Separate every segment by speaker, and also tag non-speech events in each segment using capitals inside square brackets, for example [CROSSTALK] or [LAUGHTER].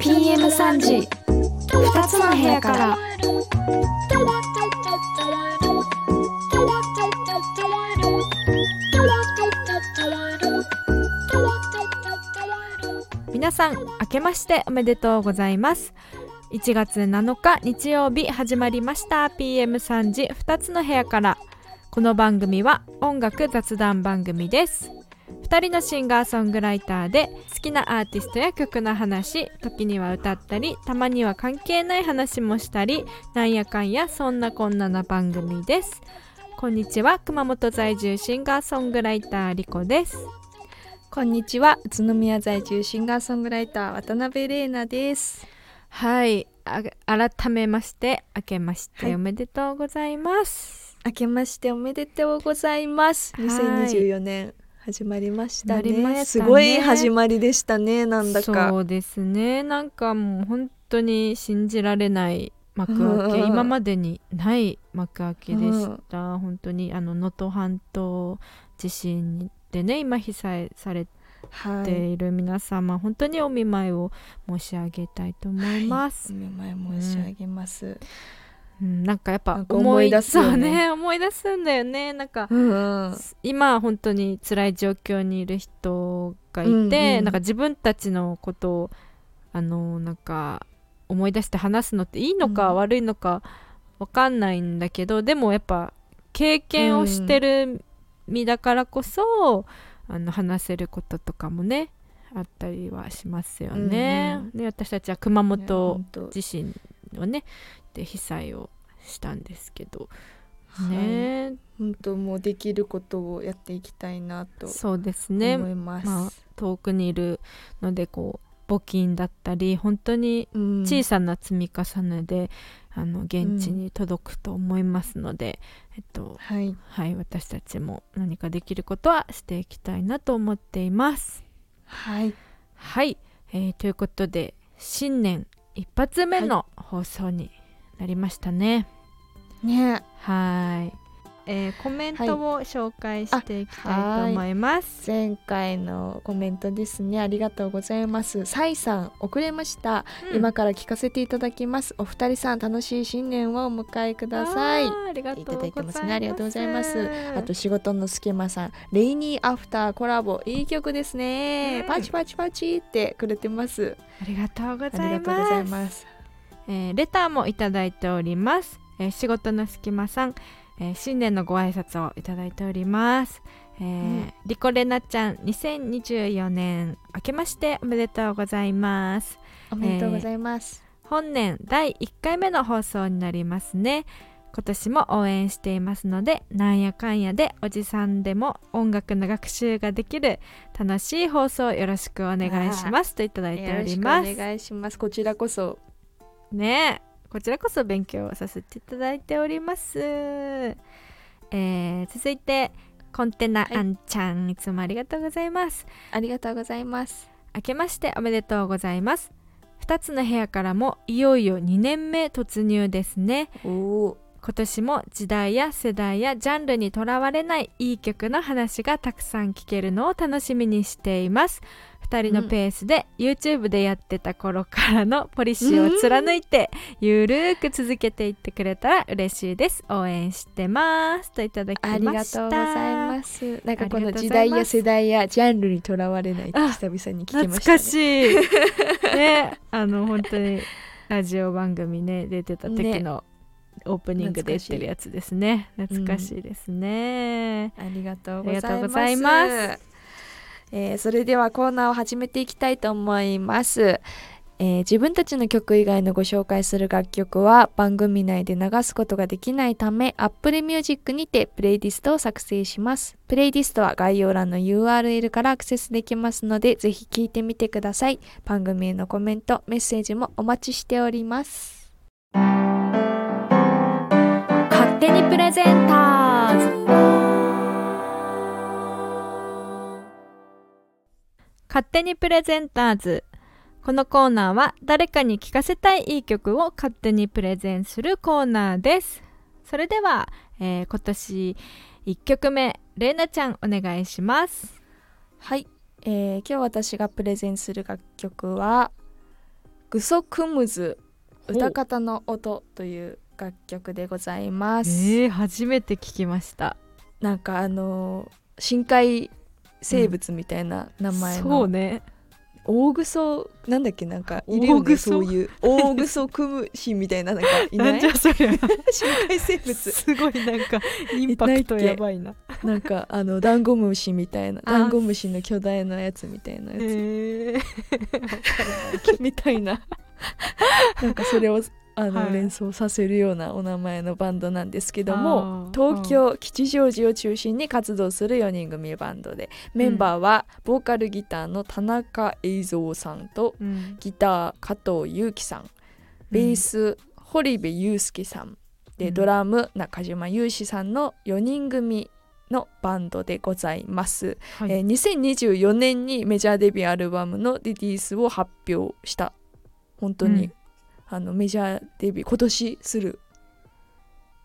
Speaker 1: PM3 時二つの部屋から
Speaker 2: 皆さん明けましておめでとうございます1月7日日曜日始まりました PM3 時2つの部屋からこの番組は音楽雑談番組です2人のシンガーソングライターで好きなアーティストや曲の話時には歌ったりたまには関係ない話もしたりなんやかんやそんなこんなな番組ですこんにちは熊本在住シンガーソングライターリコです
Speaker 1: こんにちは宇都宮在住シンガーソングライター渡辺玲奈です
Speaker 2: はいあ改めまして明けまし
Speaker 1: は
Speaker 2: て
Speaker 1: い
Speaker 2: おめでとうございます、
Speaker 1: 明けましておめでとうございます
Speaker 2: はい
Speaker 1: 2024年始まりました
Speaker 2: 始まりました
Speaker 1: ね
Speaker 2: ね
Speaker 1: すごい始まりでしたねなんだか
Speaker 2: そうですねなんかもう本当に信じられない幕開け
Speaker 1: うん
Speaker 2: 今までにない幕開けでした、本当にあの能登半島地震でね今被災され
Speaker 1: は
Speaker 2: て
Speaker 1: い
Speaker 2: いる皆様、本当にお見舞いを申し上げたいと思います、
Speaker 1: お見舞い申し上げます
Speaker 2: うん、なんかやっぱ
Speaker 1: なん
Speaker 2: 思
Speaker 1: か
Speaker 2: い
Speaker 1: 思い出すよね
Speaker 2: そうね思い出すんだよねなんか
Speaker 1: うんうん
Speaker 2: 今本当に辛い状況にいる人がいて、
Speaker 1: うんうん
Speaker 2: なんか自分たちのことをあのなんか思い出して話すのっていいの
Speaker 1: う
Speaker 2: か
Speaker 1: ん
Speaker 2: 悪いのかわかんないんだけど、でもやっぱ経験をしてる身だからこそ、あの話せることとかもねあったりはしますよね。
Speaker 1: うん
Speaker 2: で私たちは熊本
Speaker 1: 本当
Speaker 2: 地震をねで被災をしたんですけど
Speaker 1: はい
Speaker 2: ね、
Speaker 1: 本当もうできることをやっていきたいなと
Speaker 2: そうですね。
Speaker 1: 思います、
Speaker 2: まあ遠くにいるのでこう募金だったり本当に
Speaker 1: うん
Speaker 2: 小さな積み重ねで、あの現地に届くと思いますので、えっと
Speaker 1: はい
Speaker 2: はい、私たちも何かできることはしていきたいなと思っています。
Speaker 1: はい
Speaker 2: はい、えーということで新年一発目の放送になりましたね。
Speaker 1: ね
Speaker 2: はいえーコメントを紹介していきたいと思います。
Speaker 1: 前回のコメントですねありがとうございますサイさん遅れました、
Speaker 2: うん
Speaker 1: 今から聞かせていただきますお二人さん楽しい新年をお迎えください
Speaker 2: あーありがとうござい
Speaker 1: いただいて
Speaker 2: ま
Speaker 1: ますすねありがとうございますあと
Speaker 2: う
Speaker 1: 仕事の隙間さんレイニーアフターコラボいい曲ですね、
Speaker 2: うん
Speaker 1: パチパチパチってくれてます
Speaker 2: ありがとうご
Speaker 1: あ
Speaker 2: ざ
Speaker 1: り
Speaker 2: い
Speaker 1: がとうござい
Speaker 2: ます
Speaker 1: ます
Speaker 2: えーレターもいただいております、えー仕事の隙間さん、えー新年のご挨拶をいただいております、えー
Speaker 1: ん
Speaker 2: リコレナちゃん2024年明けましておめでとうございます
Speaker 1: おめでとうございます、
Speaker 2: 本年第1回目の放送になりますね今年も応援していますのでなんやかんやでおじさんでも音楽の学習ができる楽しい放送よろしくお願いしますといただいて
Speaker 1: よ
Speaker 2: お
Speaker 1: ろ
Speaker 2: り
Speaker 1: しくお
Speaker 2: ます
Speaker 1: 願いしますこちらこそ
Speaker 2: ねえこちらこそ勉強をさせていただいております、えー続いてコンテナ
Speaker 1: はい
Speaker 2: あんちゃん、い、つもありがとうございます
Speaker 1: ありがとうございます
Speaker 2: 明けましておめでとうございます2つの部屋からもいよいよ2年目突入ですね
Speaker 1: おお
Speaker 2: 今年も時代や世代やジャンルにとらわれないいい曲の話がたくさん聞けるのを楽しみにしています2人のペースで、YouTube でやってた頃からのポリシーを貫いて、ゆるーく続けていってくれたら嬉しいです応援してますといただきました
Speaker 1: ありがとうございますす。なんかこ
Speaker 2: あ
Speaker 1: の
Speaker 2: りがとうご
Speaker 1: 時
Speaker 2: ざい
Speaker 1: 代
Speaker 2: ま
Speaker 1: や
Speaker 2: す
Speaker 1: 世代やジャンルにとらわれないって
Speaker 2: あ
Speaker 1: 久々に聞きま
Speaker 2: 懐
Speaker 1: した、ね。
Speaker 2: かしい [LAUGHS] ねあの本当にラジオ番組ね出てた時の、オープニングで言ってるやつですね懐かしいですね、
Speaker 1: ありがとう
Speaker 2: う
Speaker 1: ご
Speaker 2: ご
Speaker 1: ざ
Speaker 2: ざ
Speaker 1: い
Speaker 2: います
Speaker 1: ます。えーそれではコーナーを始めていきたいと思います。えー自分たちの曲以外のご紹介する楽曲は番組内で流すことができないため Apple Music にてプレイリストを作成しますプレイリストは概要欄の URL からアクセスできますのでぜひ聴いてみてください番組へのコメントメッセージもお待ちしております
Speaker 2: 勝手にプレゼンターズ勝手にプレゼンターズこのコーナーは誰かに聴かせたいいい曲を勝手にプレゼンするコーナーですそれでは、えー今年1曲目れいなちゃんお願いします
Speaker 1: はい、えー今日私がプレゼンする楽曲は「グソクムズ
Speaker 2: う
Speaker 1: 歌方の音」という楽曲でございます。
Speaker 2: えー、初めて聞きました
Speaker 1: なんかあのー深海生物みたいな名前の、
Speaker 2: そうね
Speaker 1: 大グソなんだっけなんかいるよ
Speaker 2: 大グ
Speaker 1: ね
Speaker 2: ソ
Speaker 1: そういう大グソクムシみたい
Speaker 2: [LAUGHS]
Speaker 1: ななんかいな
Speaker 2: ないんじゃそりゃ
Speaker 1: 深海生
Speaker 2: [LAUGHS]
Speaker 1: 物
Speaker 2: すごいなんかインパクトやばいな
Speaker 1: なんかあのダンゴムシみたいな
Speaker 2: あ
Speaker 1: ダンゴムシの巨大なやつみたいなやつ、
Speaker 2: えー、 [LAUGHS]
Speaker 1: みたいななんかそれをあの、
Speaker 2: はい
Speaker 1: 連想させるようなお名前のバンドなんですけども
Speaker 2: あー
Speaker 1: 東京吉祥寺を中心に活動する4人組バンドでメンバーはボーカルギターの田中栄三さんと
Speaker 2: うんうん
Speaker 1: ギター加藤裕樹さんベース堀部裕介さんで、
Speaker 2: うん
Speaker 1: ドラム中島裕志さんの4人組のバンドでございます。
Speaker 2: はい
Speaker 1: えー2024年にメジャーデビューアルバムのリリースを発表した本当に、
Speaker 2: うん
Speaker 1: あのメジャーデビュー今年するっ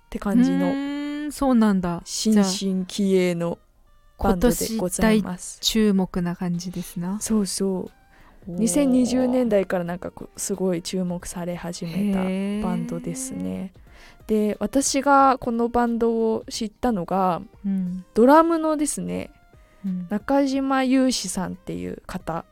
Speaker 1: て感じ
Speaker 2: う
Speaker 1: の
Speaker 2: ーんそうなんだ
Speaker 1: 新進気鋭のバンドでございます
Speaker 2: 注目な感じですな
Speaker 1: そうそう2020年代からなんかこうすごい注目され始めた
Speaker 2: た
Speaker 1: バンドです、ねで私がこのバンドを知ったのが
Speaker 2: うん
Speaker 1: ドラムのですね
Speaker 2: うん
Speaker 1: 中島裕志さんっていう方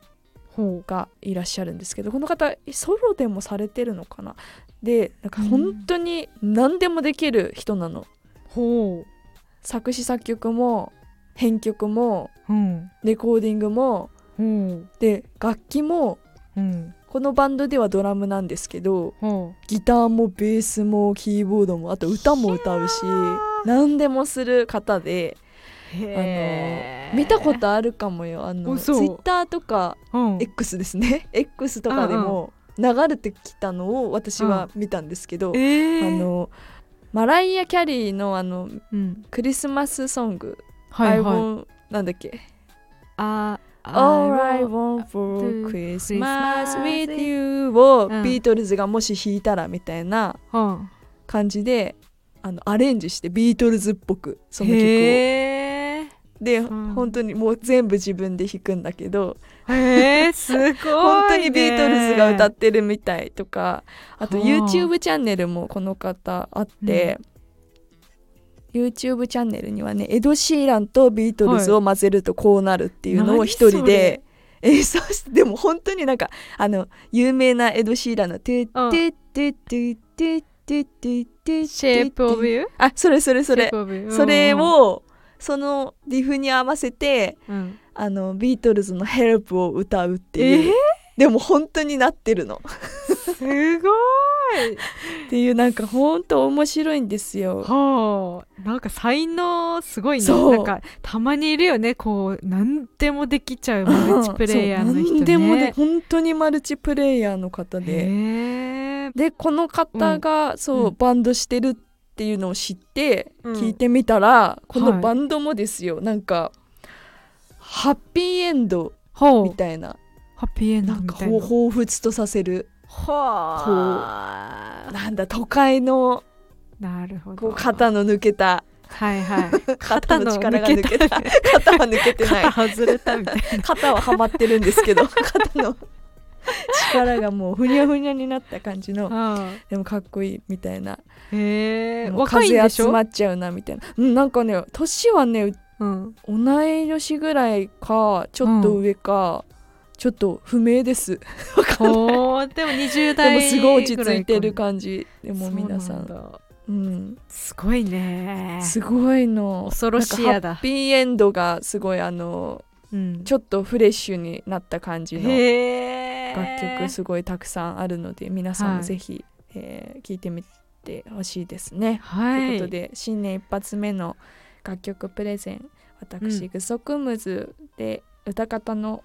Speaker 1: がいらっしゃるんですけどこの方ソロでもされてるのかなでなんか本当に何でもできる人なの、
Speaker 2: ほ
Speaker 1: 作詞作曲も編曲も
Speaker 2: ううん
Speaker 1: レコーディングも
Speaker 2: ほ
Speaker 1: で楽器も
Speaker 2: ううん
Speaker 1: このバンドではドラムなんですけど
Speaker 2: ほ
Speaker 1: ギターもベースもキーボードもあと歌も歌うし
Speaker 2: ひゃー
Speaker 1: 何でもする方で
Speaker 2: うへ
Speaker 1: あの見たことあるかもよあのツイ
Speaker 2: 嘘
Speaker 1: ッターとか
Speaker 2: と、うん、
Speaker 1: X ですね [LAUGHS] X とかでも流れてきたのを私は見たんですけど、
Speaker 2: え
Speaker 1: あ
Speaker 2: ー、
Speaker 1: のマライア・キャリーのあの
Speaker 2: うん、
Speaker 1: クリスマスソング「
Speaker 2: はい
Speaker 1: I
Speaker 2: はい
Speaker 1: want なんだっけ
Speaker 2: あ
Speaker 1: 「All I
Speaker 2: want
Speaker 1: want for
Speaker 2: do
Speaker 1: Christmas
Speaker 2: Christmas
Speaker 1: with
Speaker 2: is-
Speaker 1: you」を
Speaker 2: うん
Speaker 1: ビートルズがもし弾いたらみたいな
Speaker 2: うん
Speaker 1: 感じであのアレンジしてビートルズっぽくその曲を。
Speaker 2: へー
Speaker 1: で、
Speaker 2: うん
Speaker 1: 本当にもう全部自分で弾くんだけど
Speaker 2: へーすごい、ね、
Speaker 1: 本当にビートルズが歌ってるみたいとかあと
Speaker 2: はあ
Speaker 1: YouTube チャンネルもこの方あって、YouTube チャンネルにはねエド・シーランとビートルズを混ぜるとこうなるっていうのを
Speaker 2: 何
Speaker 1: 一人
Speaker 2: そ
Speaker 1: で
Speaker 2: れ
Speaker 1: 演奏してでも本当になんかあの有名なエド・シーランの「トゥトゥトゥトゥトゥトゥトゥトゥ」
Speaker 2: Shape of You
Speaker 1: あそれそれそれ
Speaker 2: Shape of You
Speaker 1: それ、をそのリフに合わせて
Speaker 2: うん
Speaker 1: あのビートルズの「ヘルプを歌うって
Speaker 2: え
Speaker 1: いう、でも本当になってるの
Speaker 2: ー、すごい
Speaker 1: っていうなんか本当面白いんですよ。
Speaker 2: はあなんか才能すごいね
Speaker 1: そう
Speaker 2: なんかたまにいるよねこう何でもできちゃう
Speaker 1: うん
Speaker 2: マルチプレイヤーの人ね
Speaker 1: そう何でもね本当にマルチプレイヤーの方
Speaker 2: へ
Speaker 1: で。
Speaker 2: え
Speaker 1: でこの方が、そう、
Speaker 2: うん
Speaker 1: バンドしてるっていうのを知って
Speaker 2: うん
Speaker 1: 聞いてみたら、こ
Speaker 2: は
Speaker 1: の
Speaker 2: い
Speaker 1: バンドもですよ、なんかハッピーエンド
Speaker 2: ほ
Speaker 1: み
Speaker 2: う
Speaker 1: たいな
Speaker 2: ハッピーエンド
Speaker 1: なん
Speaker 2: み
Speaker 1: か
Speaker 2: たいな
Speaker 1: ほう彷彿とさせる
Speaker 2: はあ
Speaker 1: なんだ都会の
Speaker 2: なるほ
Speaker 1: こ
Speaker 2: ど
Speaker 1: う肩の抜けた
Speaker 2: はいはい
Speaker 1: 肩の力が
Speaker 2: 肩の
Speaker 1: 抜けた肩は抜けてない
Speaker 2: 肩外れたみたいな
Speaker 1: 肩ははまってるんですけど肩の力がもうふにゃふにゃになった感じの
Speaker 2: うん
Speaker 1: でもかっこいいみたいな、
Speaker 2: へえ
Speaker 1: もう
Speaker 2: 若いんで
Speaker 1: 風
Speaker 2: し
Speaker 1: 集
Speaker 2: ょ
Speaker 1: まっちゃうなみたいな、うん、なんかね年はね [LAUGHS]
Speaker 2: うん
Speaker 1: 同い年ぐらいかちょっと上か、ちょっと不明です
Speaker 2: ほうでも20
Speaker 1: でも
Speaker 2: 代
Speaker 1: すごい落ち着いてる
Speaker 2: か
Speaker 1: 感じで
Speaker 2: ら
Speaker 1: も皆さん
Speaker 2: そうなんだ
Speaker 1: うん、
Speaker 2: すごいね
Speaker 1: すごいの
Speaker 2: 恐ろしや
Speaker 1: なんかハ
Speaker 2: だ
Speaker 1: ッピーエンドがすごいあの
Speaker 2: うん
Speaker 1: ちょっとフレッシュになった感じの
Speaker 2: へ
Speaker 1: 楽曲すごいたくさんあるので皆さんもぜひ、えー聞いてみてほしいですね。
Speaker 2: はい
Speaker 1: ということで新年一発目の楽曲プレゼン
Speaker 2: う
Speaker 1: 私、
Speaker 2: ん
Speaker 1: グソクムズで歌方の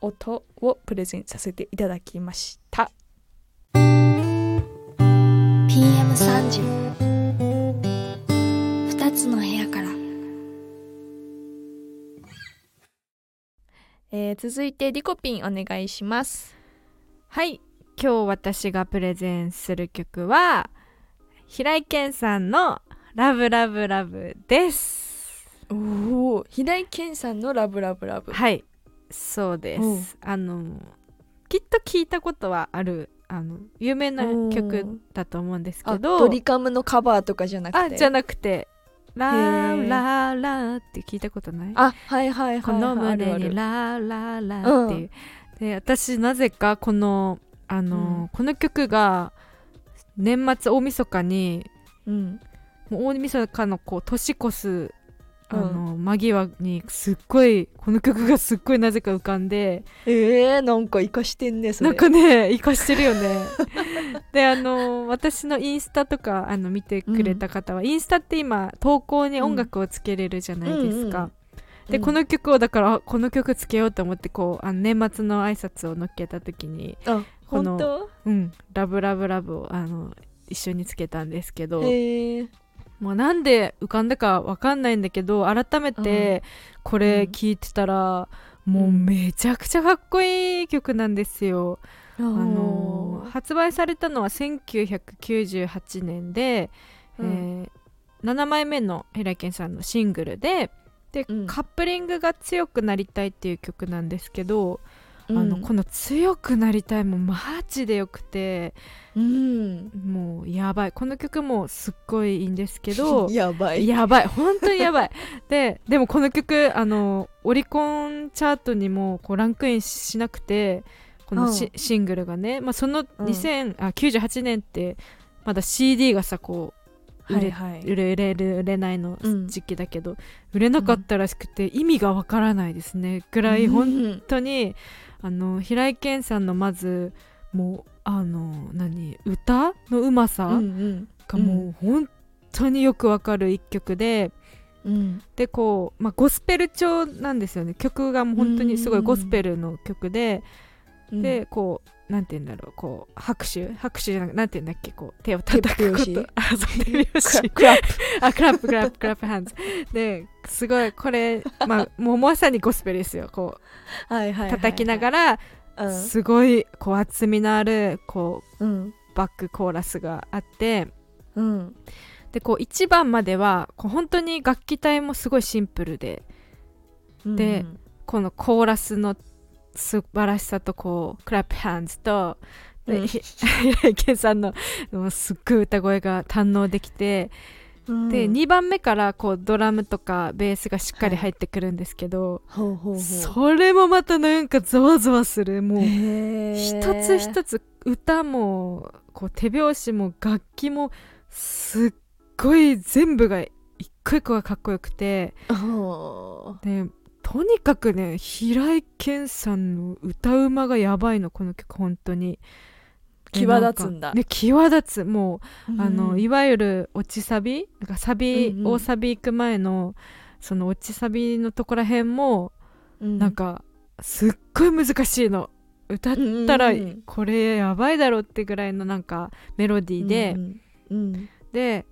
Speaker 1: 音をプレゼンさせていただきました。
Speaker 3: PM30 二つの部屋から
Speaker 1: えー続いてリコピンお願いします。
Speaker 2: はい今日私がプレゼンする曲は平井堅さんの「ラブラブラブです
Speaker 1: おお平井堅さんの「ラブラブラブ」
Speaker 2: はいそうですあのきっと聞いたことはあるあの有名な
Speaker 1: う
Speaker 2: 曲
Speaker 1: ん
Speaker 2: だと思うんですけ
Speaker 1: あ
Speaker 2: ど
Speaker 1: ドリカムのカバーとかじゃなくて
Speaker 2: あじゃなくて「ラ
Speaker 1: へー
Speaker 2: ーラーラー」って聞いたことない
Speaker 1: あはいはいはい、はい、
Speaker 2: この胸
Speaker 1: あるあ
Speaker 2: に
Speaker 1: る
Speaker 2: ラーラーラーっていう、で私なぜかこのあの、
Speaker 1: うん
Speaker 2: この曲が年末大晦日に
Speaker 1: うん
Speaker 2: もう大晦日のこう年越すあの、間際にすっごいこの曲がすっごいなぜか浮かんで
Speaker 1: えー、なんか生かしてんねそれ
Speaker 2: なんかね活かしてるよね [LAUGHS] であの私のインスタとかあの見てくれた方は、インスタって今投稿に音楽をつけれるじゃないですか、
Speaker 1: うんうん
Speaker 2: で、この曲をだからあこの曲つけようと思ってこうあの年末の挨拶を乗っけた時に
Speaker 1: あ
Speaker 2: この
Speaker 1: 本当
Speaker 2: 「うん、ラブラブラブを」あの一緒につけたんですけど
Speaker 1: へえ
Speaker 2: もうなんで浮かんだかわかんないんだけど改めてこれ聞いてたら、もうめちゃくちゃかっこいい曲なんですよ。あ
Speaker 1: あ
Speaker 2: の発売されたのは1998年で、
Speaker 1: う
Speaker 2: え
Speaker 1: ん
Speaker 2: ー7枚目の平井堅さんのシングルでで、
Speaker 1: うん
Speaker 2: カップリングが強くなりたいっていう曲なんですけど、あのこの「強くなりたい」もマジでよくて
Speaker 1: うん
Speaker 2: もうやばいこの曲もすっごいいいんですけど
Speaker 1: [LAUGHS] やばい
Speaker 2: やばい本当にやばい [LAUGHS] ででもこの曲あのオリコンチャートにもこうランクインしなくてこのシ,、シングルがね、まあ、その
Speaker 1: うん
Speaker 2: 2000、あ98年ってまだ CD がさこう売れ,、
Speaker 1: はいはい
Speaker 2: 売れ売れる売れないの
Speaker 1: うん
Speaker 2: 時期だけど、売れなかったらしくて意味がわからないですねぐらい本
Speaker 1: うん
Speaker 2: 当に、あの平井堅さんのまずもうあの何歌のうまさ、
Speaker 1: うん
Speaker 2: がもう本当によくわかる一曲で
Speaker 1: うん
Speaker 2: でこう、まあ、ゴスペル調なんですよね曲がもう本当にすごいゴスペルの曲で、
Speaker 1: うん
Speaker 2: でこうなんて言うんだろうこう拍手拍手じゃなくなんて言うんだっけこう手を叩くこ
Speaker 1: 手拍
Speaker 2: と
Speaker 1: 子
Speaker 2: あそ
Speaker 1: [LAUGHS]
Speaker 2: う手拍子
Speaker 1: クラップ
Speaker 2: あクラップクラップクラップハンズですごいこれ、まあ、もうまさにゴスペルですよこ
Speaker 1: はいは
Speaker 2: う
Speaker 1: い
Speaker 2: 叩きなが
Speaker 1: ら
Speaker 2: らすごいこう厚みのあるこう
Speaker 1: うん
Speaker 2: バックコーラスがあって。
Speaker 1: うん
Speaker 2: でこう1番まではこう本当に楽器体もすごいシンプルで
Speaker 1: うん
Speaker 2: でこのコーラスの素晴らしさとこうクラップハンズとで
Speaker 1: うん
Speaker 2: ひ平井堅さんのもうすっごい歌声が堪能できて、
Speaker 1: うん
Speaker 2: で2番目からこうドラムとかベースがしっかり入ってくるんですけど、
Speaker 1: ほうほうほう
Speaker 2: それもまたなんかざわざわするもう
Speaker 1: へ
Speaker 2: 一
Speaker 1: ー
Speaker 2: つ一つ歌もこう手拍子も楽器もすっごい全部が一個一個がかっこよくて
Speaker 1: ほ
Speaker 2: でとにかくね平井堅さんの歌うまがやばいのこの曲本当に。で
Speaker 1: 際立つんだ
Speaker 2: なかね際立つも
Speaker 1: う
Speaker 2: う、あのい
Speaker 1: わ
Speaker 2: わゆる落ちサビなんかサビ、
Speaker 1: うんうん
Speaker 2: 大サビ行く前のその落ちサビのとこら辺も、なんかすっごい難しいの歌っったらこれやばいだろってぐらいのなんかメロディーで、
Speaker 1: うん
Speaker 2: で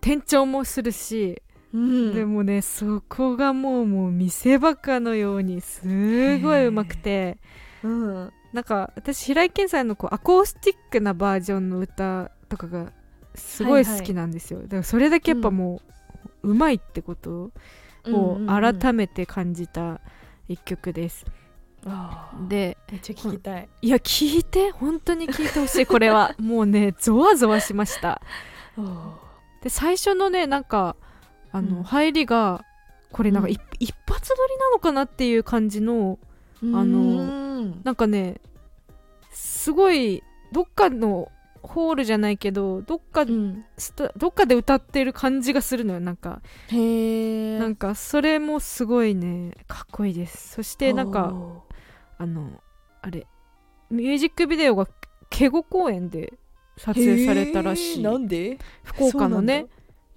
Speaker 2: 転調もするし、
Speaker 1: うん
Speaker 2: でもねそこがもうもう見せ場かのようにすごい上手くて
Speaker 1: うん
Speaker 2: なんか私平井堅さんのこうアコースティックなバージョンの歌とかがすごい好きなんですよ、だからそれだけやっぱもう上手いってことを改めて感じた一曲です、
Speaker 1: あー
Speaker 2: で
Speaker 1: めっちゃ聞きたい
Speaker 2: いや聞いて本当に聞いてほしいこれ
Speaker 1: [LAUGHS]
Speaker 2: はもうねゾワゾワしましたで最初のねなんかあの、
Speaker 1: うん
Speaker 2: 入りがこれなんか
Speaker 1: うん
Speaker 2: 一,、一発撮りなのかなっていう感じの
Speaker 1: あ
Speaker 2: なんかねすごいどっかのホールじゃないけどどっか、
Speaker 1: うん
Speaker 2: スタどっかで歌ってる感じがするのよなんか
Speaker 1: へえ
Speaker 2: なんかそれもすごいねかっこいいですそしてなんかあのあれミュージックビデオがケゴ公園で撮影されたらし
Speaker 1: へー
Speaker 2: い
Speaker 1: なんで
Speaker 2: 福岡のね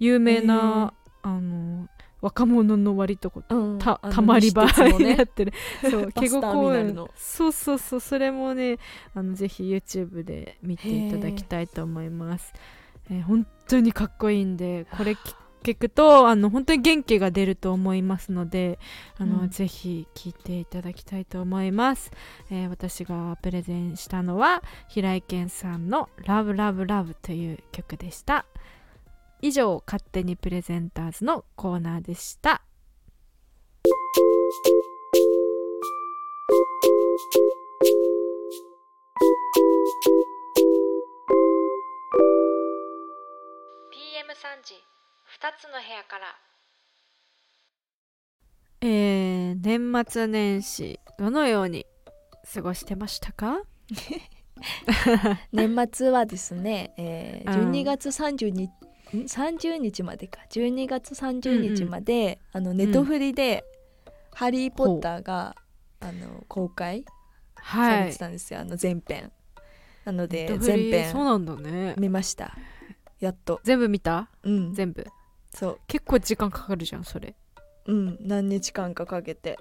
Speaker 2: 有名な、あの若者の割とこう
Speaker 1: うん
Speaker 2: た
Speaker 1: あの
Speaker 2: たまり場
Speaker 1: 施設の
Speaker 2: に [LAUGHS]
Speaker 1: ね
Speaker 2: なってる、そう
Speaker 1: バ
Speaker 2: ケ
Speaker 1: ス
Speaker 2: ゴ
Speaker 1: ターミ
Speaker 2: 公
Speaker 1: ナル
Speaker 2: 園
Speaker 1: の
Speaker 2: そうそうそうそれもねあのぜひ YouTube で見ていただきたいと思います、えー本当にかっこいいんでこれ聞聞くとあの本当に元気が出ると思いますのであの、
Speaker 1: うん
Speaker 2: ぜひ聞いていただきたいと思います、えー私がプレゼンしたのは平井堅さんの「ラブラブラブという曲でした以上勝手にプレゼンターズのコーナーでしたえー、年末年始どのように過ごしてましたか
Speaker 1: 年末はですね、えー、
Speaker 2: うん
Speaker 1: 12月30日、ん30日までか12月30日まで、あのネトフリで「ハリー・ポッターが」あの公開さ
Speaker 2: は
Speaker 1: れ
Speaker 2: い
Speaker 1: てたんですよ、あの前編なの
Speaker 2: ネ
Speaker 1: で
Speaker 2: ットフ
Speaker 1: 前
Speaker 2: リそう
Speaker 1: 編
Speaker 2: なんだね
Speaker 1: 見ましたやっと
Speaker 2: 全部見た
Speaker 1: うん
Speaker 2: 全部
Speaker 1: そ
Speaker 2: 結構時間かかるじゃんそれ
Speaker 1: ううん何日間かかけて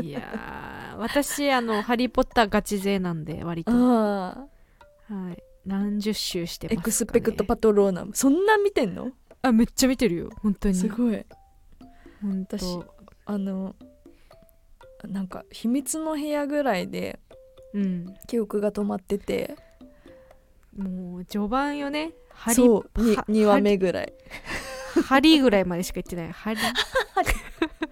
Speaker 2: いやー [LAUGHS] 私あの「ハリー・ポッター」ガチ勢なんで割と、は
Speaker 1: ああ
Speaker 2: い、何十周してます
Speaker 1: エ
Speaker 2: か、ね、
Speaker 1: クスペクトパトローナムそんな見てんの
Speaker 2: あめっちゃ見てるよ本当に
Speaker 1: すごい
Speaker 2: 本当
Speaker 1: 私あのなんか秘密の部屋ぐらいで
Speaker 2: うん
Speaker 1: 記憶が止まってて
Speaker 2: もう序盤よねハリ
Speaker 1: そうに
Speaker 2: は
Speaker 1: 2話目ぐらい
Speaker 2: ハリーぐらいまでしか行ってないハリー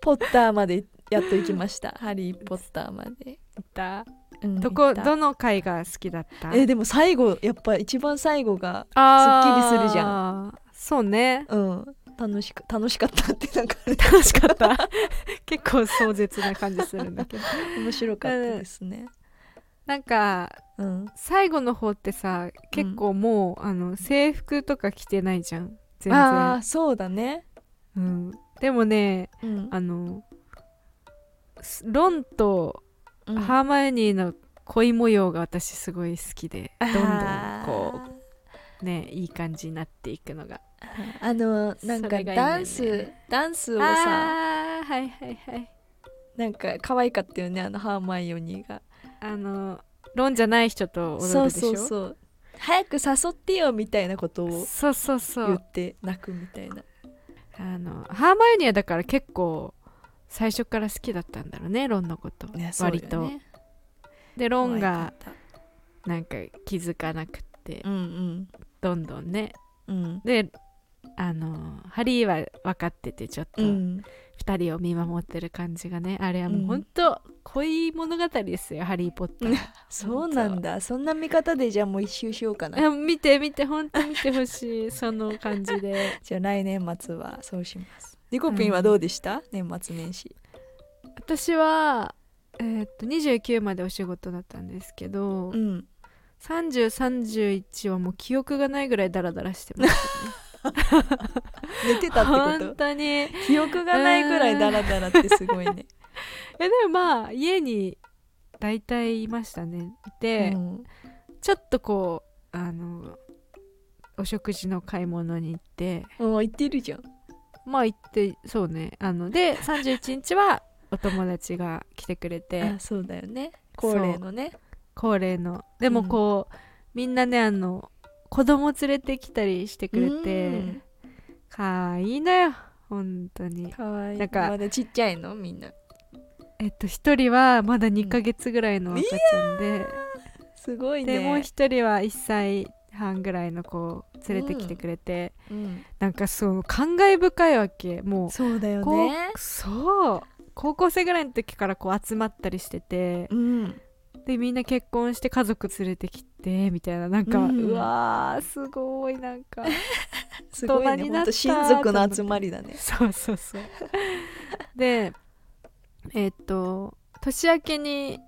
Speaker 1: ポッターまでやっと行きました「ハリー・ポッター」まで、
Speaker 2: だ
Speaker 1: うん
Speaker 2: ど
Speaker 1: 行
Speaker 2: こ
Speaker 1: った
Speaker 2: どの回が好きだった
Speaker 1: えでも最後やっぱ一番最後が
Speaker 2: あー
Speaker 1: すっきりするじ
Speaker 2: そうね
Speaker 1: うん楽しく楽しかったってなんかあれ
Speaker 2: 楽しかった結構壮絶な感じするんだけど
Speaker 1: [LAUGHS] 面白かったですね
Speaker 2: なんか
Speaker 1: うん
Speaker 2: 最後の方ってさ結構もう、あの制服とか着てないじゃん全
Speaker 1: あ
Speaker 2: 然
Speaker 1: あ、そうだね
Speaker 2: うん、でもね
Speaker 1: うん
Speaker 2: あのすロンと
Speaker 1: うん
Speaker 2: ハーマイオニーの恋模様が私すごい好きで、どん
Speaker 1: あー
Speaker 2: どんこうねいい感じになっていくのが
Speaker 1: あのなん
Speaker 2: それがい
Speaker 1: か
Speaker 2: いんだよね
Speaker 1: ダンスダンスをさ
Speaker 2: あーはいはいはい
Speaker 1: なんか可愛かったよねあのハーマイオニーが
Speaker 2: あのロンじゃない人と踊
Speaker 1: そ
Speaker 2: る
Speaker 1: う
Speaker 2: でしょ
Speaker 1: そうそう早く誘ってよみたいなことを
Speaker 2: そうそうそう
Speaker 1: 言って泣くみたいな
Speaker 2: あのハーマイオニーはだから結構最初から好きだったんだろうねロンのこと、
Speaker 1: ねそう
Speaker 2: 割
Speaker 1: よね
Speaker 2: とでロンが
Speaker 1: 可愛かっ
Speaker 2: なんか気づかなくって
Speaker 1: たうん
Speaker 2: どんどんね
Speaker 1: うんうん
Speaker 2: であのハリーは分かっててちょっと
Speaker 1: うん
Speaker 2: 2人を見守ってる感じがねあれはもううんほんと恋物語ですよ「ハリー・ポッター」
Speaker 1: そうなんだそんな見方でじゃあもう一周しようかな
Speaker 2: あ [LAUGHS] 見て見てほんと見てほしいその感じ
Speaker 1: [LAUGHS]
Speaker 2: で
Speaker 1: じゃあ来年末はそうしますリコピンはどうでした、年末年始
Speaker 2: 私は、えーっと29までお仕事だったんですけど、
Speaker 1: ん
Speaker 2: 3031はもう記憶がないぐらいダラダラしてます
Speaker 1: 寝てたってこ
Speaker 2: 本当にえ
Speaker 1: と記憶がないぐらいダラダラってすごいね、
Speaker 2: でもまあ家に大体いましたねで、
Speaker 1: うん
Speaker 2: ちょっとこうあのお食事の買い物に行って
Speaker 1: もう行ってるじゃん
Speaker 2: まあ行ってそうねあので31日はお友達が来てくれて
Speaker 1: あそうだよね恒例のね
Speaker 2: 恒例のでもこう、みんなねあの子供連れてきたりしてくれてかわいいなよ本当に
Speaker 1: かわいい
Speaker 2: なんか
Speaker 1: まだちっちゃいのみんな
Speaker 2: えっと一人はまだ2ヶ月ぐらいの赤ちゃんで、
Speaker 1: すごいね
Speaker 2: でもう一人は1歳半ぐらいの子を連れてきてくれて、
Speaker 1: うん
Speaker 2: なんかそう感慨深いわけもう
Speaker 1: そうだよ
Speaker 2: こ
Speaker 1: ね
Speaker 2: うそう高校生ぐらいの時からこう集まったりしてて
Speaker 1: うん
Speaker 2: でみんな結婚して家族連れてきてみたいななんか、
Speaker 1: う
Speaker 2: うんわーすごいなんか
Speaker 1: すご
Speaker 2: 大人
Speaker 1: いね
Speaker 2: にな
Speaker 1: 本
Speaker 2: った
Speaker 1: 当親族の集まりだね
Speaker 2: そうそうそうでえっと年明けに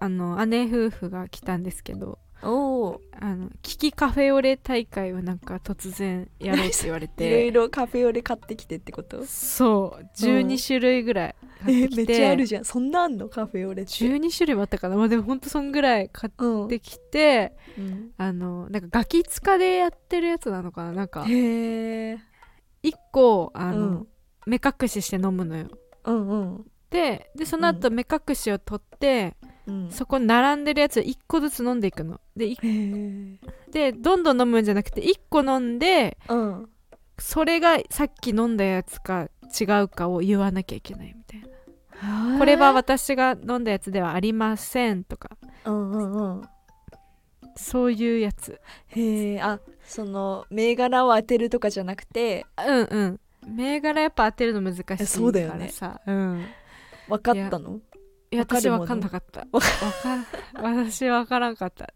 Speaker 2: あの姉夫婦が来たんですけど
Speaker 1: おお
Speaker 2: あのキキカフェオレ大会をなんか突然やろうって言われ
Speaker 1: いろ [LAUGHS] い
Speaker 2: て
Speaker 1: ろカフェオレ買ってきてってこと
Speaker 2: そう
Speaker 1: うん
Speaker 2: 12種類ぐらい買
Speaker 1: え
Speaker 2: って
Speaker 1: め
Speaker 2: き、
Speaker 1: ってちゃあるじゃんそんなあんのカフェオレって
Speaker 2: 12種類もあったかなまあでもほんとそんぐらい買
Speaker 1: うん
Speaker 2: ってきて
Speaker 1: うん
Speaker 2: あのなんかガキ使でやってるやつなのかななんか
Speaker 1: へえ
Speaker 2: 1個
Speaker 1: う
Speaker 2: あの、
Speaker 1: ん
Speaker 2: 目隠しして飲むのよ
Speaker 1: うんうん
Speaker 2: ででその後目隠しを取って、
Speaker 1: うん
Speaker 2: そこに並んでるやつ1個ずつ飲んでいくのでい
Speaker 1: へえ
Speaker 2: でどんどん飲むんじゃなくて1個飲んで
Speaker 1: うん
Speaker 2: それがさっき飲んだやつか違うかを言わなきゃいけないみたいなこれは私が飲んだやつではありませんとか
Speaker 1: うんうんうん
Speaker 2: そういうやつ
Speaker 1: へえあその銘柄を当てるとかじゃなくて
Speaker 2: うんうん銘柄やっぱ当てるの難しいからさ
Speaker 1: そうだよね
Speaker 2: うん
Speaker 1: 分かったの
Speaker 2: いや
Speaker 1: わか
Speaker 2: 私
Speaker 1: るもの
Speaker 2: 分かんなかったわかん私分からんかった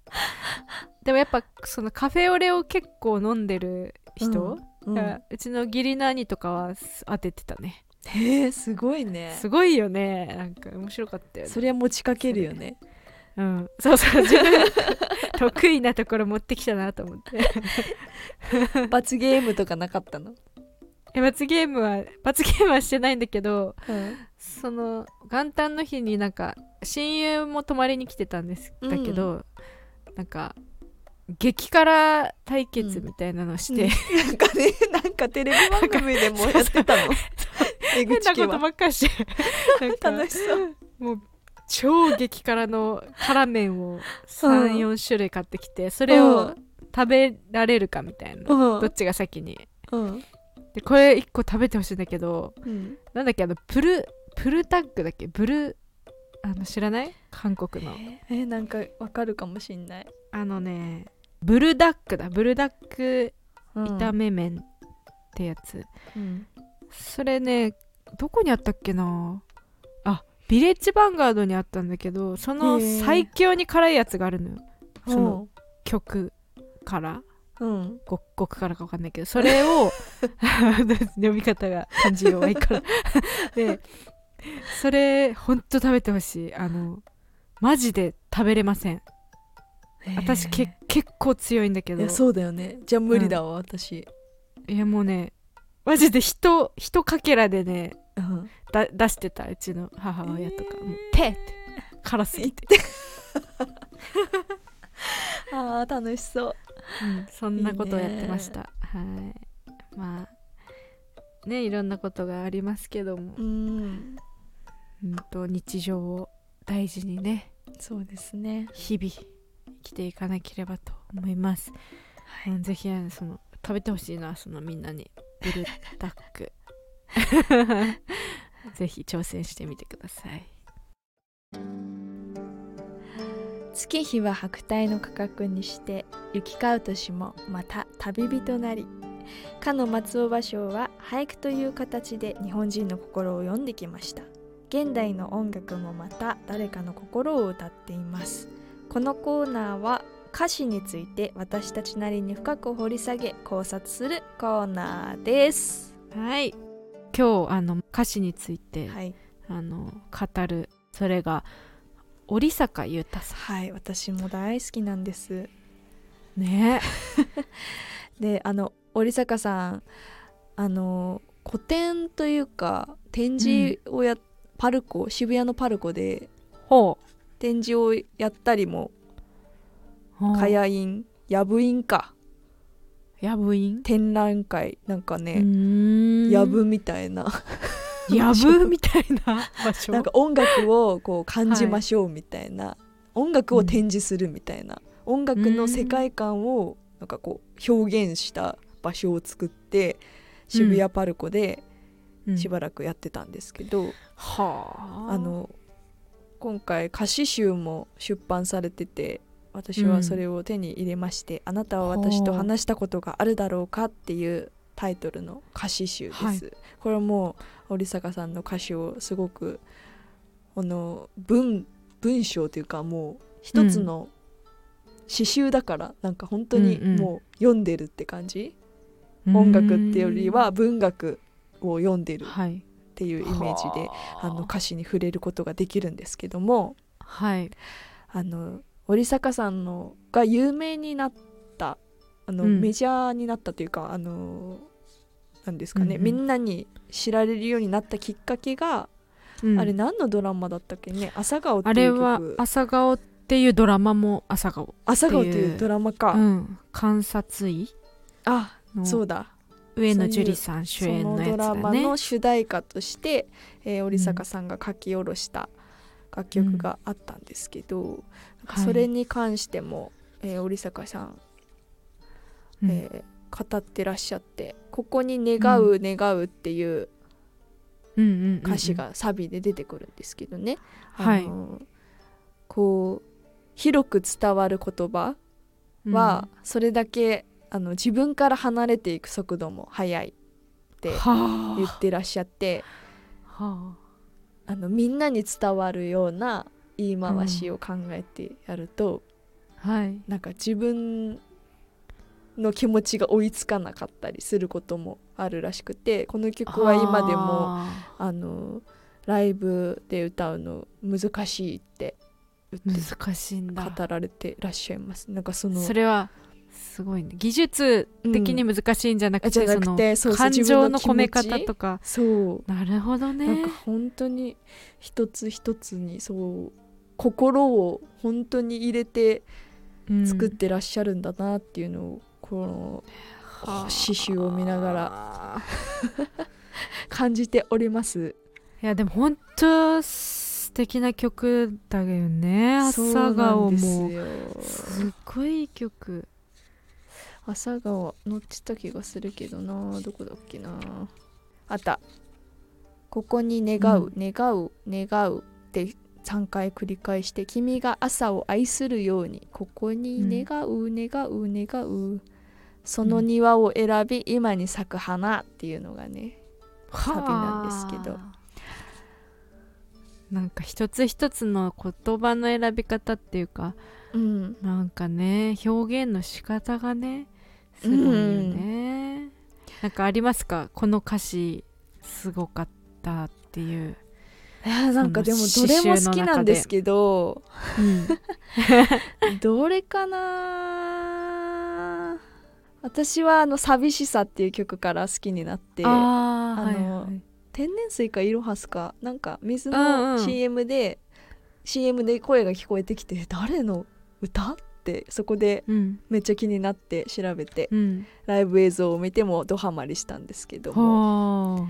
Speaker 2: でもやっぱそのカフェオレを結構飲んでる人、
Speaker 1: う
Speaker 2: うんうちの義理の兄とかはす当ててたね
Speaker 1: へえすごいね
Speaker 2: すごいよねなんか面白かったよね
Speaker 1: そりゃ持ちかけるよね
Speaker 2: うん、そうそう自分得意なところ持ってきたなと思 [LAUGHS] って
Speaker 1: 罰ゲームとかなかったの、
Speaker 2: え罰ゲームは罰ゲームはしてないんだけど
Speaker 1: うん
Speaker 2: [LAUGHS] その元旦の日になんか親友も泊まりに来てたんです
Speaker 1: うん
Speaker 2: だけど、なんか激辛対決みたいなのして、 [LAUGHS]
Speaker 1: うんなんかねなんかテレビ番組でもやってたの江
Speaker 2: 変
Speaker 1: 口
Speaker 2: な
Speaker 1: 家
Speaker 2: こと
Speaker 1: は
Speaker 2: ばっかりしてなん
Speaker 1: 楽
Speaker 2: か
Speaker 1: しそう
Speaker 2: もう超激辛の辛麺を
Speaker 1: うん
Speaker 2: 34種類買ってきてそれ
Speaker 1: う
Speaker 2: を
Speaker 1: ん
Speaker 2: 食べられるかみたいな、
Speaker 1: うん
Speaker 2: どっちが先に
Speaker 1: うん
Speaker 2: でこれ1個食べてほしいんだけど
Speaker 1: うん
Speaker 2: なんだっけあのプルプルタッグだっけブルあの知らない韓国の
Speaker 1: えーなんかわかるかもしんない、
Speaker 2: あのねブルダックだブルダック
Speaker 1: うん
Speaker 2: 炒め麺ってやつ、
Speaker 1: うん
Speaker 2: それねどこにあったっけなあビレッジヴァンガードにあったんだけどその
Speaker 1: へー
Speaker 2: 最強に辛いやつがあるのよその
Speaker 1: う
Speaker 2: 曲から
Speaker 1: うん
Speaker 2: ご極からかわかんないけどそれを読み方が感じ弱いからでそれほんと食べてほしいあのマジで食べれません私け結構強いんだけ
Speaker 1: い
Speaker 2: ど
Speaker 1: やそうだよねじゃあ無理だわ、私、
Speaker 2: いやもうねマジで人人かけらでね
Speaker 1: うん、
Speaker 2: だ出してたうちの母親とか、
Speaker 1: えー
Speaker 2: もうペッて辛すぎて、
Speaker 1: あー楽しそう
Speaker 2: うんそんなことをやってましたはいまあねいろんなことがありますけども
Speaker 1: うん
Speaker 2: うんと日常を大事にね
Speaker 1: そうですね
Speaker 2: 日々生きていかなければと思います、うんぜひあのその食べてほしいなそのみんなにブルダッ
Speaker 1: [LAUGHS]
Speaker 2: クぜひ挑戦してみてください
Speaker 1: 月日は白帯の価格にして行き交う年もまた旅人なりかの松尾芭蕉は俳句という形で日本人の心を読んできました現代の音楽もまた誰かの心を歌っていますこのコーナーは歌詞について私たちなりに深く掘り下げ考察するコーナーです
Speaker 2: はい今日あの歌詞について、
Speaker 1: はい
Speaker 2: あの語るそれが織坂優太さ
Speaker 1: はい私も大好きなんです
Speaker 2: んね
Speaker 1: であの織坂さんあの個展というか展示をや、パルコ渋谷のパルコで
Speaker 2: ほう
Speaker 1: 展示をやったりも
Speaker 2: ほう
Speaker 1: かやいんやぶいんか
Speaker 2: やぶいん
Speaker 1: 展覧会なんか
Speaker 2: う
Speaker 1: ね、
Speaker 2: ーん
Speaker 1: やぶみたいな
Speaker 2: や
Speaker 1: [LAUGHS]
Speaker 2: ぶみたいな場所
Speaker 1: なんか音楽をこう感じましょうみたいな、音楽を展示するみたいな、音楽の世界観をなんかこう表現した場所を作って渋谷パルコで
Speaker 2: うん
Speaker 1: しばらくやってたんですけど、
Speaker 2: はあ
Speaker 1: あの今回歌詞集も出版されてて私はそれを手に入れまして「あなたは私と話したことがあるだろうか」っていうタイトルの歌詞集です。
Speaker 2: はい
Speaker 1: これはもう織坂さんの歌詞をすごくこの文文章というかもう一つの詩集だから、なんか本当に
Speaker 2: うんうん
Speaker 1: もう読んでるって感じ、音楽ってよりは
Speaker 2: う
Speaker 1: 文学を読んで
Speaker 2: ー
Speaker 1: る
Speaker 2: ん
Speaker 1: っ
Speaker 2: はい
Speaker 1: ていうイメージで
Speaker 2: は
Speaker 1: あの歌詞に触れることができるんですけども
Speaker 2: はい
Speaker 1: あの織坂さんのが有名になったあの、
Speaker 2: うん
Speaker 1: メジャーになったというかあのなんですかね、
Speaker 2: うんうん
Speaker 1: みんなに知られるようになったきっかけが、
Speaker 2: うん
Speaker 1: あれ何のドラマだったっけね「朝顔」って
Speaker 2: あ
Speaker 1: い
Speaker 2: れ
Speaker 1: う
Speaker 2: は
Speaker 1: 曲
Speaker 2: 「朝顔」っていうドラマも朝顔
Speaker 1: 「朝顔」って
Speaker 2: って
Speaker 1: い
Speaker 2: いう
Speaker 1: うドラマか、
Speaker 2: うん観察医
Speaker 1: あそ
Speaker 2: の
Speaker 1: うだ
Speaker 2: 上野樹里さん主演のやつ
Speaker 1: そのドラ
Speaker 2: だ
Speaker 1: マ
Speaker 2: ね
Speaker 1: の主題歌として、えー、織坂さんが書き下ろした楽曲があったんですけど、なんかそれに関しても、えー織坂さん、
Speaker 2: うん
Speaker 1: えー語ってらっしゃって「ここに願う願う」っていう
Speaker 2: うんうんうんうん
Speaker 1: 歌詞がサビで出てくるんですけどね、
Speaker 2: はい
Speaker 1: あのーこう広く伝わる言葉は、それだけあの自分から離れていく速度も速いって
Speaker 2: は
Speaker 1: 言ってらっしゃって
Speaker 2: あは
Speaker 1: あのみんなに伝わるような言い回しを考えてやると、
Speaker 2: あはい
Speaker 1: なんか自分の気持ちが追いつかなかったりすることもあるらしくてこの曲は今でもあのライブで歌うの難しいって
Speaker 2: あ
Speaker 1: 言って
Speaker 2: ー難しいんだ
Speaker 1: 語られてらっしゃいます。なんかその
Speaker 2: それはすごいね技術的に難しいんじゃなくて、
Speaker 1: うんあじゃなくて
Speaker 2: そ
Speaker 1: そ
Speaker 2: の
Speaker 1: うそう
Speaker 2: 感情の
Speaker 1: 自
Speaker 2: 込
Speaker 1: 分の
Speaker 2: め
Speaker 1: 気持ち
Speaker 2: 方とか
Speaker 1: そう
Speaker 2: なるほど
Speaker 1: なん
Speaker 2: ね
Speaker 1: か本当に一つ一つにそう心を本当に入れて
Speaker 2: うん
Speaker 1: 作ってらっしゃるんだなっていうのを、この
Speaker 2: はあ
Speaker 1: 刺繍を見ながら感じております。
Speaker 2: いやでも本当素敵な曲だよね朝顔
Speaker 1: そう
Speaker 2: も
Speaker 1: なんですよ
Speaker 2: すっごいいい曲
Speaker 1: 朝顔乗ってた気がするけどなどこだっけなあったここに願う、願う願うって3回繰り返して君が朝を愛するようにここに願う、願う願うその庭を選び、今に咲く花っていうのがね
Speaker 2: サ
Speaker 1: ビなんですけど
Speaker 2: なんか一つ一つの言葉の選び方っていうか
Speaker 1: うん
Speaker 2: なんかね表現の仕方がねすごいよね、なんかありますかこの歌詞すごかったっていう、
Speaker 1: いやなんかでもどれも好きなんですけど
Speaker 2: うん、
Speaker 1: [LAUGHS] どれかな私はあの「寂しさ」っていう曲から好きになって
Speaker 2: あー
Speaker 1: あの
Speaker 2: はいはい
Speaker 1: 天然水かイロハスかなんか水
Speaker 2: うんう
Speaker 1: の
Speaker 2: ん
Speaker 1: CM で、CM で声が聞こえてきて誰の歌ってそこで
Speaker 2: うん
Speaker 1: めっちゃ気になって調べて
Speaker 2: うん
Speaker 1: ライブ映像を見てもドハマりしたんですけども
Speaker 2: はあ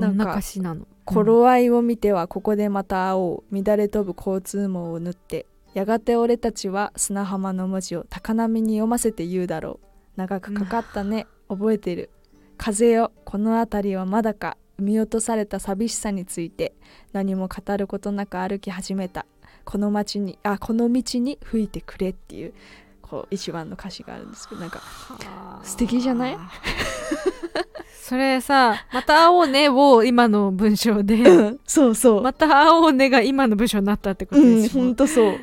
Speaker 2: どんな歌詞なの
Speaker 1: 「頃合いを見てはここでまた会おう乱れ飛ぶ交通網を縫ってやがて俺たちは砂浜の文字を高波に読ませて言うだろう長くかかったね覚えてる風よこの辺りはまだか見落とされた寂しさについて何も語ることなく歩き始めたこの街にあこの道に吹いてくれっていうこう一番の歌詞があるんですけどなんか素敵じゃない
Speaker 2: [LAUGHS] それさ「また会おうね」を今の文章で
Speaker 1: そう
Speaker 2: 「
Speaker 1: そう、
Speaker 2: また会おうね」が今の文章になったってこと
Speaker 1: う
Speaker 2: で
Speaker 1: ん
Speaker 2: しょ、
Speaker 1: ほんとそう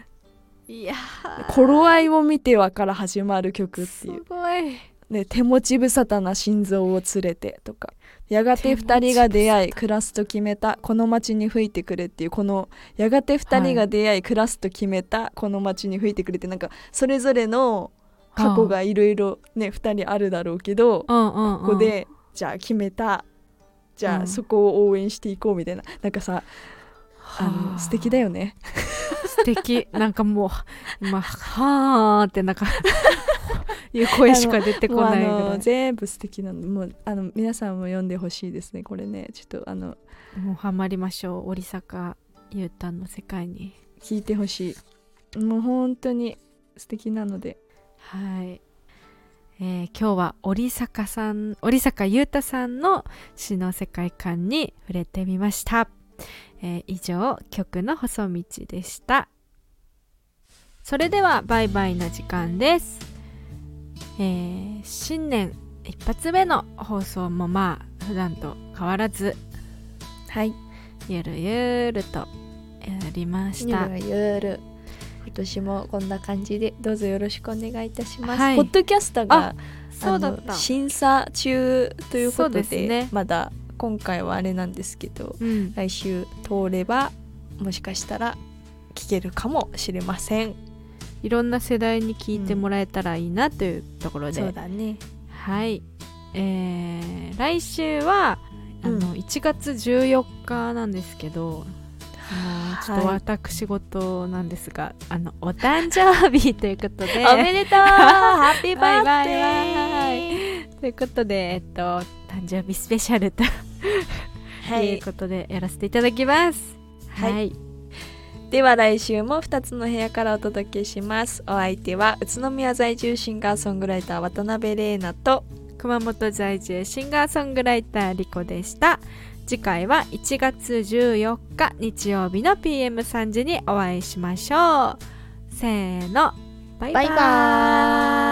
Speaker 2: いや
Speaker 1: 「頃合いを見ては」から始まる曲って
Speaker 2: す
Speaker 1: いう
Speaker 2: ごい
Speaker 1: ね、手持ち無沙汰な心臓を連れてとかやがて2人が出会い暮らすと決めたこの街に吹いてくれっていうこのやがて2人が出会い暮らすと決めたこの街に吹いてくれってなんかそれぞれの過去がいろいろね2人あるだろうけど
Speaker 2: うんうんうん、
Speaker 1: ここでじゃあ決めたじゃ
Speaker 2: う
Speaker 1: あ
Speaker 2: ん
Speaker 1: そこを応援していこうみたいななんかさあ
Speaker 2: はあ
Speaker 1: の素敵だよね。
Speaker 2: 素敵なんかもう今「はあ」って
Speaker 1: [LAUGHS]
Speaker 2: なんかいう声しか出てこないぐ
Speaker 1: も
Speaker 2: ら
Speaker 1: うあの
Speaker 2: い
Speaker 1: 全部素敵なのもうあの皆さんも読んでほしいですねこれねちょっとあの
Speaker 2: もうハマりましょう織坂優太の世界に
Speaker 1: 聞いてほしいもう本当に素敵なので
Speaker 2: はい、えー今日は織坂さん織坂優太さんの詩の世界観に触れてみました、えー以上曲の細道でしたそれではバイバイの時間です、えー新年一発目の放送もまあ普段と変わらず
Speaker 1: はい
Speaker 2: ゆるゆるとやりまし
Speaker 1: ゆ
Speaker 2: た
Speaker 1: るゆる今年もこんな感じでどうぞよろしくお願いいたします、
Speaker 2: はい
Speaker 1: ポッドキャスターが
Speaker 2: そうだっ
Speaker 1: あ
Speaker 2: た
Speaker 1: の審査中ということ
Speaker 2: そうで
Speaker 1: です
Speaker 2: ね
Speaker 1: まだ今回はあれなんですけど
Speaker 2: うん、
Speaker 1: 来週通ればもしかしたら聞けるかもしれません
Speaker 2: いろんな世代に聞いてもらえたらいいなというところで、
Speaker 1: だね
Speaker 2: はい、えー来週はあの、
Speaker 1: うん
Speaker 2: 1月14日なんですけどあのちょっと
Speaker 1: はい
Speaker 2: 私事なんですが、あのお誕生日ということで
Speaker 1: [LAUGHS] おめで
Speaker 2: [LAUGHS]
Speaker 1: とうハッピーバ
Speaker 2: バ
Speaker 1: イ
Speaker 2: イ
Speaker 1: バ
Speaker 2: バ
Speaker 1: イ
Speaker 2: イということでえっと誕生日スペシャルということでやらせていただきます
Speaker 1: はい
Speaker 2: はい、
Speaker 1: では来週も2つの部屋からお届けしますお相手は宇都宮在住シンガーソングライター渡辺玲奈と
Speaker 2: 熊本在住シンガーソングライターリコでした次回は1月14日日曜日の PM3 時にお会いしましょうせーの
Speaker 4: バイバ
Speaker 2: バイバーイ